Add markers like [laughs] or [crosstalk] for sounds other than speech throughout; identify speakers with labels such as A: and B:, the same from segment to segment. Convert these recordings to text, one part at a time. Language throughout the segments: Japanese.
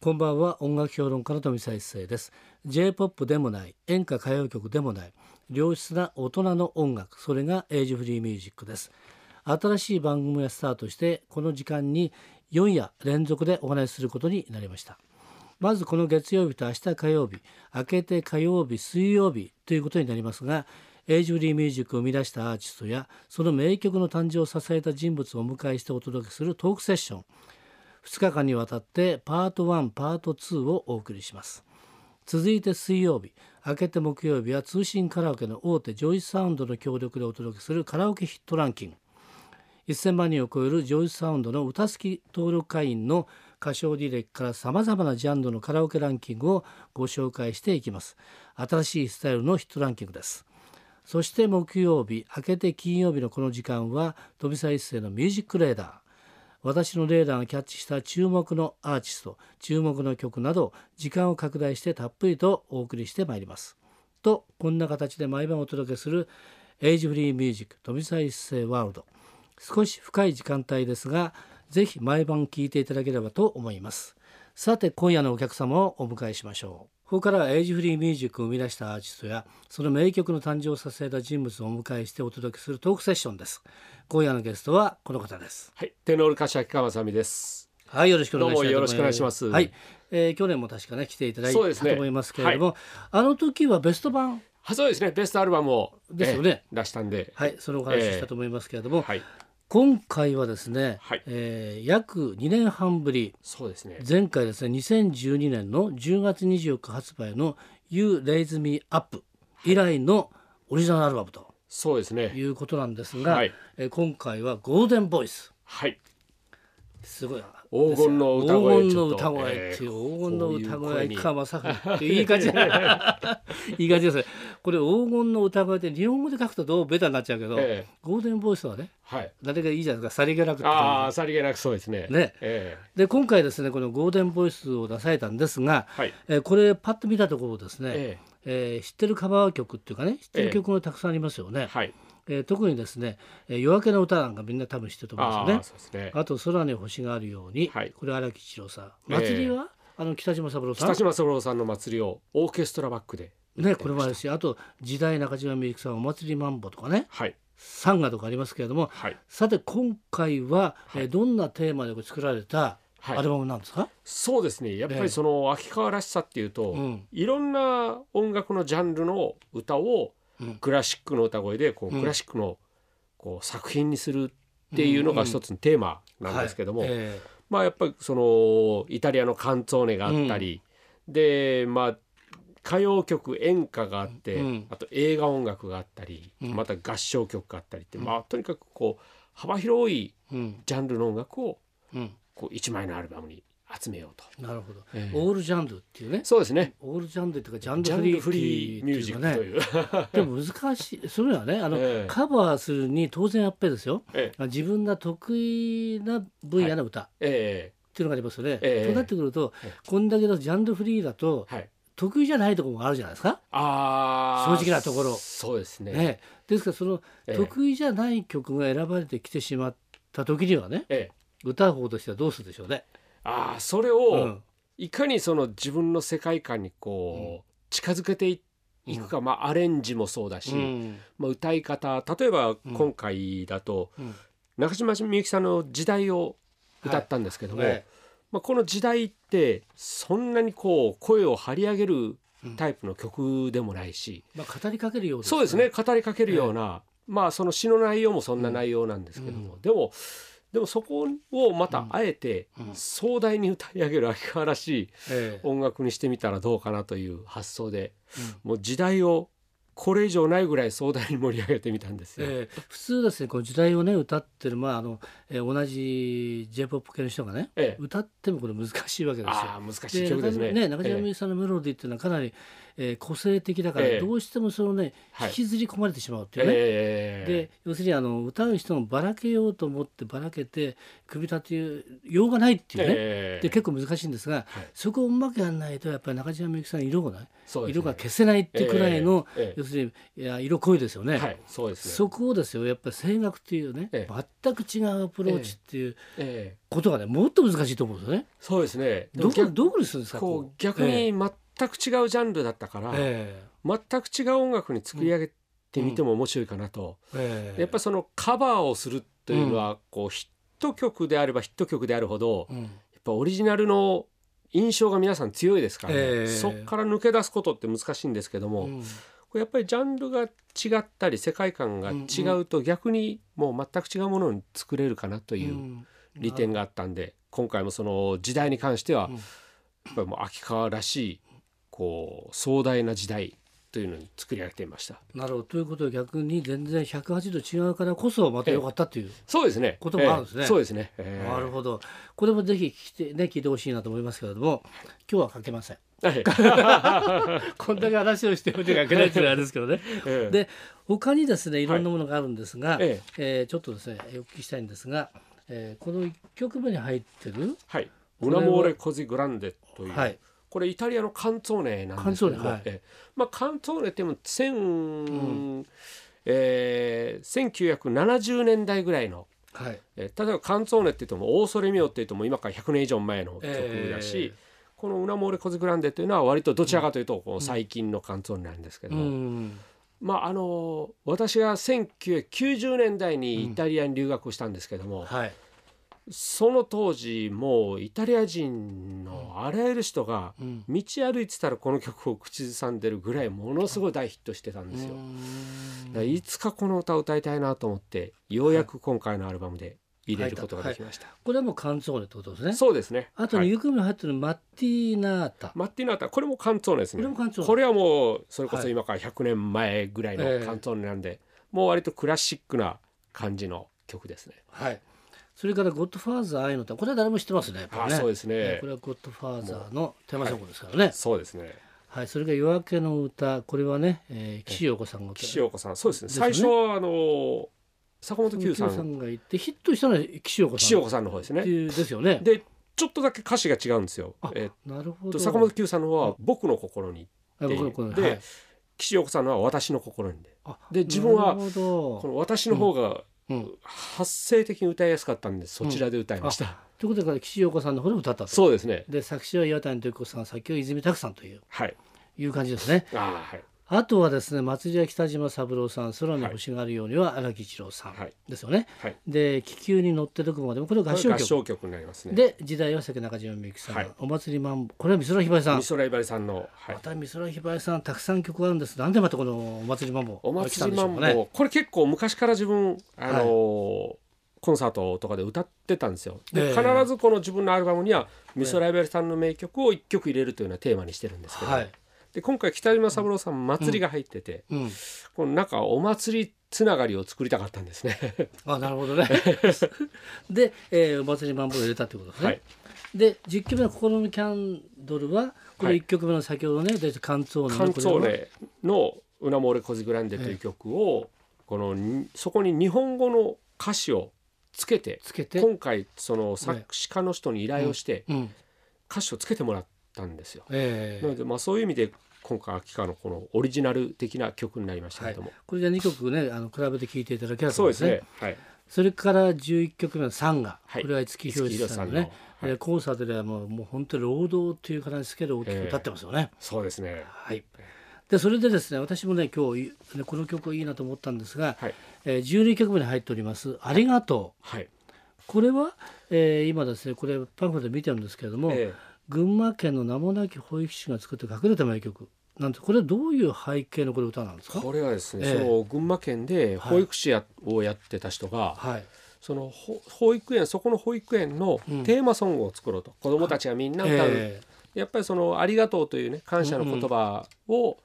A: こんばんは音楽評論家の富澤一世です J-POP でもない演歌歌謡曲でもない良質な大人の音楽それがエイジフリーミュージックです新しい番組がスタートしてこの時間に4夜連続でお話しすることになりましたまずこの月曜日と明日火曜日明けて火曜日水曜日ということになりますがエイジフリーミュージックを生み出したアーティストやその名曲の誕生を支えた人物をお迎えしてお届けするトークセッション2日間にわたってパート1パート2をお送りします続いて水曜日明けて木曜日は通信カラオケの大手ジョイサウンドの協力でお届けするカラオケヒットランキング1000万人を超えるジョイサウンドの歌好き登録会員の歌唱履歴からさまざまなジャンルのカラオケランキングをご紹介していきます新しいスタイルのヒットランキングですそして木曜日明けて金曜日のこの時間は富澤一世のミュージックレーダー私のレーダーがキャッチした注目のアーティスト注目の曲など時間を拡大してたっぷりとお送りしてまいりますとこんな形で毎晩お届けするエイジフリーミュージック富澤一世ワールド少し深い時間帯ですがぜひ毎晩聴いていただければと思いますさて今夜のお客様をお迎えしましょうここからはエイジフリーミュージックを生み出したアーティストやその名曲の誕生を支えた人物をお迎えしてお届けするトークセッションです今夜のゲストはこの方です
B: はい、テノール柏木川まさみです。
A: はいよろしくお願いします
B: どうもよろしくお願いします
A: はい、えー、去年も確かね来ていただいた
B: そうですね
A: と思いますけれども、あの時はベスト版
B: はそうですね、ベストアルバムを
A: ですよね
B: えー出したんで、
A: はいそのお話ししたと思いますけれども、
B: はい、
A: 今回はですね、
B: はい
A: えー約2年半ぶり
B: そうですね。
A: 前回ですね2012年の10月24日発売の「You Raise Me Up」以来のオリジナルアルバムと
B: そうです
A: い
B: ね。
A: うことなんですが、
B: はい
A: えー今回は「ゴールデンボイス
B: はい、」
A: すごい
B: 黄金の歌
A: 黄
B: 声
A: 金
B: ち
A: の
B: ょっと
A: 歌声っていう黄金の歌
B: こういう声
A: 声
B: に
A: かまさかって言いがちな言いがちですね [laughs] これ黄金の歌声って日本語で書くとどうベタになっちゃうけど、
B: ええ
A: ゴールデンボイスはね
B: はい。
A: 誰がいいじゃないですかさりげなくって感じ
B: ああ、さりげなくそうですね。
A: ね
B: え
A: で今回ですねこのゴールデンボイスを出されたんですが、
B: はい
A: えーこれパッと見たところですね、
B: え
A: えー知ってるカバー曲っていうかね知ってる曲がたくさんありますよ
B: え
A: ね、
B: はい。
A: えー特にですね「えー夜明けの歌」なんかみんな多分知ってると思うんで
B: あ
A: すよ
B: あ、
A: ね
B: そうですね。
A: あと「空に星があるように」
B: はい
A: これ荒木一郎さん
B: ええ
A: 祭りは、あの北島三郎さ
B: 北
A: ん
B: 島三郎さんの祭りをオーケストラバックで、
A: ねこれもあるしあと「時代中島みゆきさんお祭りマンボ」とかね
B: はい、
A: 「サンガ」とかありますけれども
B: はい、
A: さて今回は、えーどんなテーマで作られた
B: はい
A: アルバムなんですか、
B: そうですね。やっぱ
A: ええ
B: りその秋川らしさっていうと、
A: うん
B: いろんな音楽のジャンルの歌を
A: うん
B: クラシックの歌声でこう、
A: うん
B: クラシックのこう作品にするっていうのが一つのテーマなんですけども、
A: はいえ
B: まあやっぱりそのイタリアのカンツォーネがあったり、でまあ歌謡曲演歌があって、
A: うん
B: あと映画音楽があったり、
A: うん
B: また合唱曲があったりって、まあとにかくこう幅広い
A: えうん
B: ジャンルの音楽を
A: うん
B: こう一枚のアルバムに集めようと。
A: なるほど、
B: ええ
A: オールジャンルっていうね
B: そうですね。
A: オールジャンルというかジャン
B: ジャ
A: ルフ
B: ン
A: リ
B: ル
A: ー
B: フリーミュージックと
A: う
B: いう。
A: かね [laughs] でも難しいそれはねあの、
B: ええ
A: カバーするに当然やっぱりですよ
B: え
A: 自分が得意な分野の歌っ
B: ええ
A: ていうのがありますよね、
B: ええ
A: となってくると、
B: ええ
A: こんだけのジャンルフリーだと
B: えはい。
A: 得意じゃないところもあるじゃないですか、
B: あー
A: 正直なところ
B: そうですね。
A: ね、ですからその
B: ええ
A: 得意じゃない曲が選ばれてきてしまった時にはね
B: ええ、
A: 歌う方としてはどうするでしょうね。
B: ああそれ
A: う
B: を
A: ん
B: いかにその自分の世界観にこう近づけていいくか、まあアレンジもそうだし、
A: うん
B: まあ歌い方例えば
A: うん
B: 今回だと、
A: うん
B: 中島みゆきさんの時代を歌ったんですけども、
A: ね
B: まあこの時代ってそんなにこう声を張り上げるタイプの曲でもないし、
A: まあ、語りかけるよう
B: そうですね語りかけるような、まあその詩の内容もそんな内容なんですけども、
A: うん
B: でもでもそこをまたあえて
A: うん
B: 壮大に歌い上げる秋川らしい
A: ええ
B: 音楽にしてみたらどうかなという発想でもう時代をこれ以上ないぐらい壮大に盛り上げてみたんですよ。
A: ええ普通ですねこの時代をね歌ってる、まああのえー同じ j p o p 系の人がね
B: ええ
A: 歌ってもこれ難しいわけですよ。
B: ああ難しい曲ですね。
A: 中中島み
B: え
A: ゆきさんのメロディーっていうのはかなり、えー個性的だから、
B: ええ
A: どうしてもそのね
B: はい
A: 引きずり込まれてしまうって
B: え
A: いうね。
B: ええ
A: で要するにあの歌う人もばらけようと思ってばらけて組み立てようようがないっていうね、
B: え
A: で
B: え
A: 結構難しいんですが、
B: はい
A: そこをうまくやんないとやっぱり中島みゆきさん色がない、
B: そうですね
A: 色が消せないってくらいの、
B: ええええ
A: 要すするにいや色濃いですよね、
B: はい、そうですね。
A: そこをですよやっぱり声楽っていうね、
B: え
A: 全く違うアプローチっていう
B: ええ
A: ことがねもっと難しいと思うんですよね。
B: そうですね。で
A: ど
B: も
A: こ
B: 逆
A: どこにするんですか
B: こう逆
A: え
B: に全く違うジャンルだったから、
A: ええ
B: 全く違う音楽に作り上げてみても面白いかなと。
A: ええ
B: やっぱりそのカバーをするというのは、こうヒット曲であればヒット曲であるほど、
A: り、うん
B: やっぱオリジナルの印象が皆さん強いですから、ね
A: ええ
B: そこから抜け出すことって難しいんですけども、こ
A: うん
B: れやっぱりジャンルが違ったり世界観が違うと逆にもう全く違うものに作れるかなといううん利点があったんで、今回もその時代に関しては、
A: うん
B: やっぱりもう秋川らしいこう壮大な時代というのに作り上げてみました。
A: なるほどということは逆に全然108度違うからこそまた良かったっていう、
B: そうですね。
A: こともあるんですね
B: ええそうですね。ええ
A: なるほどこれもぜひ聞いて,、ね、聞いてほしいなと思いますけれども今日はかけま
B: [laughs]
A: せん
B: はい
A: こんだけ話をしておいてかけないっていうのはあれですけどね
B: ええ
A: で [laughs] 他にですねいろんなものがあるんですが、
B: え
A: え
B: え
A: ーちょっとですねお聞きしたいんですが、えーこの1曲目に入ってる
B: はい。
A: こ
B: ウ
A: れは
B: ラモーレ・コジ・グランデという、
A: はい
B: これイタリアのカンツォーネなんですけど
A: カンツォー
B: も、
A: ネはい
B: ええまあ、カンツォーネっても千、えー、1970年代ぐらいの、
A: はい
B: えー例えばカンツォーネって言ってもオーソレミオって言っても今から100年以上前の曲だし、
A: え
B: この「ウラモーレ・コジ・グランデ」というのは割とどちらかというとこう最近のカンツォーネなんですけ
A: ーう
B: ども、
A: ん
B: まああの私が1990年代にイタリアに留学をしたんですけども、
A: はい
B: その当時もうイタリア人のあらゆる人が
A: うん
B: 道歩いてたらこの曲を口ずさんでるぐらいものすごい大ヒットしてたんですよ。だからいつかこの歌を歌いたいなと思ってようやく今回のアルバムで入れることができました。
A: これはもうカンツォーネってことですね
B: そうですね。
A: あと
B: はい
A: 2曲目に入ってるマッティーナータ、
B: マッティーナータこれもカンツォーネです
A: これ
B: ね
A: も。カンツォーネ
B: これはもうそれこそ今から100年前ぐらい
A: ええ
B: のカンツォーネなんで、もう割とクラシックな感じの曲ですね。
A: はい。それからゴッドファーザー愛の歌、これは誰も知ってますね。やっぱ
B: あ、
A: りね
B: そうです
A: えー
B: ね
A: こ。れはゴッドファーザーのテーマソングですからね。はい、
B: そうですね。
A: それから夜明けの歌、これはね、えー、岸洋子さんが歌
B: 岸岡さんそうですね
A: ですよね
B: 最初はあの坂本
A: 岸
B: 九
A: 洋
B: さ
A: 子さ
B: ん
A: んが言ってヒットしたのは岸洋子さん。
B: 岸岡さんの方です
A: って
B: ね
A: いうですよね。
B: でちょっとだけ歌詞が違うんですよ
A: あ
B: えっ
A: なるほど。
B: と坂本九さんの方は「僕の心に
A: あ僕のこの
B: で
A: はい
B: 岸岡さんの方は「私の心に」で
A: あ
B: で自分は
A: なるほ
B: こ
A: ど。
B: の「私」の方が
A: うん。
B: 発声的に歌いやすかったんでそちらで歌いました
A: ということで岸洋子さんの方で歌ったと。
B: そうですね
A: で作詞は岩谷時子さん、作曲は泉拓さんという
B: はい
A: いう感じですね。
B: あーはい
A: あとはですね祭りは北島三郎さん空に星があるようには荒木一郎さん
B: はい
A: ですよね、
B: はい
A: で気球に乗ってどこまでもこれが合唱
B: 合
A: 曲
B: 唱曲になりますね
A: で時代は酒中島みゆきさん、
B: はい
A: お祭りマンボこれは美空ひばりさん
B: 美空ひばりさんのはい
A: また美空ひばりさんたくさん曲があるんですなんでまたこのお祭りマンボ
B: お
A: が来た
B: 祭
A: ん
B: り
A: でし
B: マ
A: ょ
B: ン
A: う
B: ボ、
A: かね
B: これ結構昔から自分あのー、コンサートとかで歌ってたんですよ。で
A: ええ
B: 必ずこの自分のアルバムには美空ひばりさんの名曲を1曲入れるというのはテーマにしてるんですけど、
A: はい、
B: で今回北島三郎さん祭りが入ってて、
A: うん、
B: この中お祭りつながりを作りたかったんですね。
A: あなるほど
B: [laughs]
A: ねで、えーお祭りマンボを入れたということですね、
B: はい
A: で10曲目の「心のキャンドルは」これ
B: はい
A: 1曲目の先ほどね出てカンツォーネ
B: カン
A: の
B: ツ
A: これ
B: ォ
A: は
B: ーネの「ウナモーレ・コジ・グランデ」という曲を、このにそこに日本語の歌詞をつけて
A: つけて、
B: 今回その作詞家の人に依頼をして
A: うん
B: 歌詞をつけてもらったんですよ。
A: えー
B: なのでまあそういう意味で今回秋川のこのオリジナル的な曲になりましたけども、
A: これじゃ2曲ねあの比べて聴いていただければと
B: そう
A: 思います
B: で
A: すね
B: ねはい
A: それから11曲目の「サンガ」
B: はい
A: これは五木ひろしさんのね
B: 五木ひろしさんのはい
A: えーコンサートではもうもう本当に労働という形ですけど大きく歌ってますよね、
B: そうですね
A: はいでそれでですね私もね今日いねこの曲いいなと思ったんですが、
B: はい
A: えー12曲目に入っております「ありがとう
B: はい、」
A: これは、えー今ですねこれパンフレットで見てるんですけれども、
B: え
A: 群馬県の名もなき保育士が作った隠れた名曲なんてこれはどういう背景のこれ歌なんです
B: ー
A: か
B: これはですね、
A: ええ
B: その群馬県で保育士やをやってた人が、
A: はい
B: そのほ保育園そこの保育園の
A: うん
B: テーマソングを作ろうと、子どもたちがみんな歌う、
A: え
B: やっぱりその「ありがとう」というね感謝の言葉を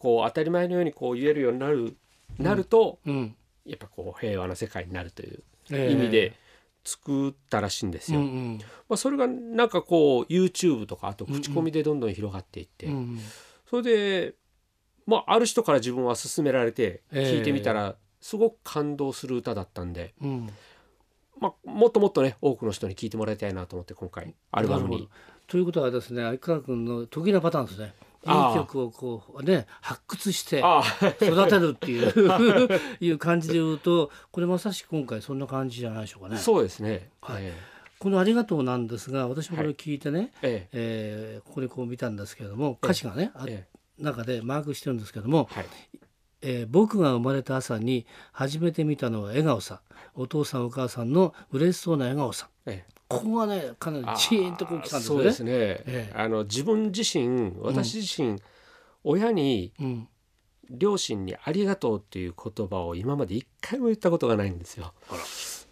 B: こう当たり前のようにこう言えるようになるなると、
A: ーうん
B: やっぱこう平和な世界になるという
A: えー
B: 意味で作ったらしいんです
A: うんう
B: よ。
A: ん
B: まあ、それがなんかこう YouTube とかあと口コミでどんどん広がっていって、
A: うんうん
B: それで、まあ、ある人から自分は勧められて
A: ええ
B: 聴いてみたらすごく感動する歌だったんで、
A: うん
B: まあ、もっともっとね多くの人に聴いてもらいたいなと思って今回アルバム
A: なる
B: に
A: ほどということはですね相川君の得意なパターンですねい
B: ああ
A: い曲をこうね発掘して
B: あ
A: 育てるっていう [laughs] いう感じで言うとこれまさしく今回そんな感じじゃないでしょうか
B: あ
A: ね。
B: そうですね。
A: はい
B: え
A: この「ありがとう」なんですが私もこれを聞いてね、
B: ええ
A: えーここでこう見たんですけれども歌詞がね、あ
B: えええ
A: 中でマークしてるんですけども、
B: はい
A: えー僕が生まれた朝に初めて見たのは笑顔さお父さんお母さんの嬉しそうな笑顔さ
B: ええ
A: ここがねかなりチーンとこう来たんですよ
B: そう
A: ね。
B: ですね。
A: ええ
B: あの自分自身、私自身、親に
A: うん、
B: 両親にありがとうっていう言葉を今まで一回も言ったことがないんですよ。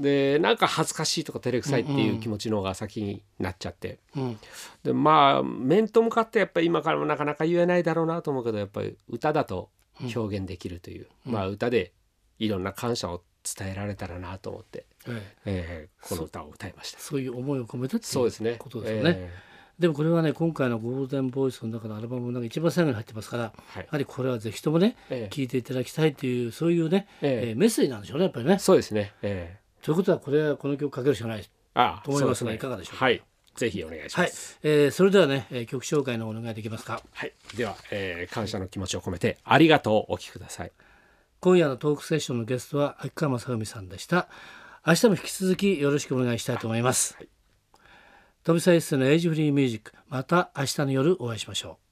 B: で、なんか恥ずかしいとか照れくさいっていう気持ちの方が先になっちゃって。
A: うん、
B: でまあ面と向かってやっぱり今からもなかなか言えないだろうなと思うけどやっぱり歌だと表現できるという、まあ歌でいろんな感謝を伝えられたらなと思って、
A: ええ
B: えーこの歌を歌いました。
A: そういう思いを込めてって
B: そうです
A: い
B: ね。
A: うことですよね。
B: え
A: でもこれはね今回のゴールデンボイスの中のアルバムの中で一番最後に入ってますからや
B: ーはい。
A: はりこれはぜひともね
B: えー
A: 聴いていただきたいというそういうね、
B: ええ
A: えーメッセージなんでしょうねやっぱりね。
B: そうですね。え
A: ということはこれはこの曲かけるしかない。
B: ーああ、
A: と思いますが
B: そうね
A: いかがでしょうか
B: はい。ぜひお願いし
A: は
B: ま
A: い
B: す。、
A: えー、それではね、えー曲紹介の方お願いできますか。
B: はい。では、えー感謝の気持ちを込めてありがとうをお聞きください。
A: 今夜のトークセッションのゲストは秋川雅史さんでした明日も引き続きよろしくお願いしたいと思います、
B: はい
A: 富澤一世のエイジフリーミュージックまた明日の夜お会いしましょう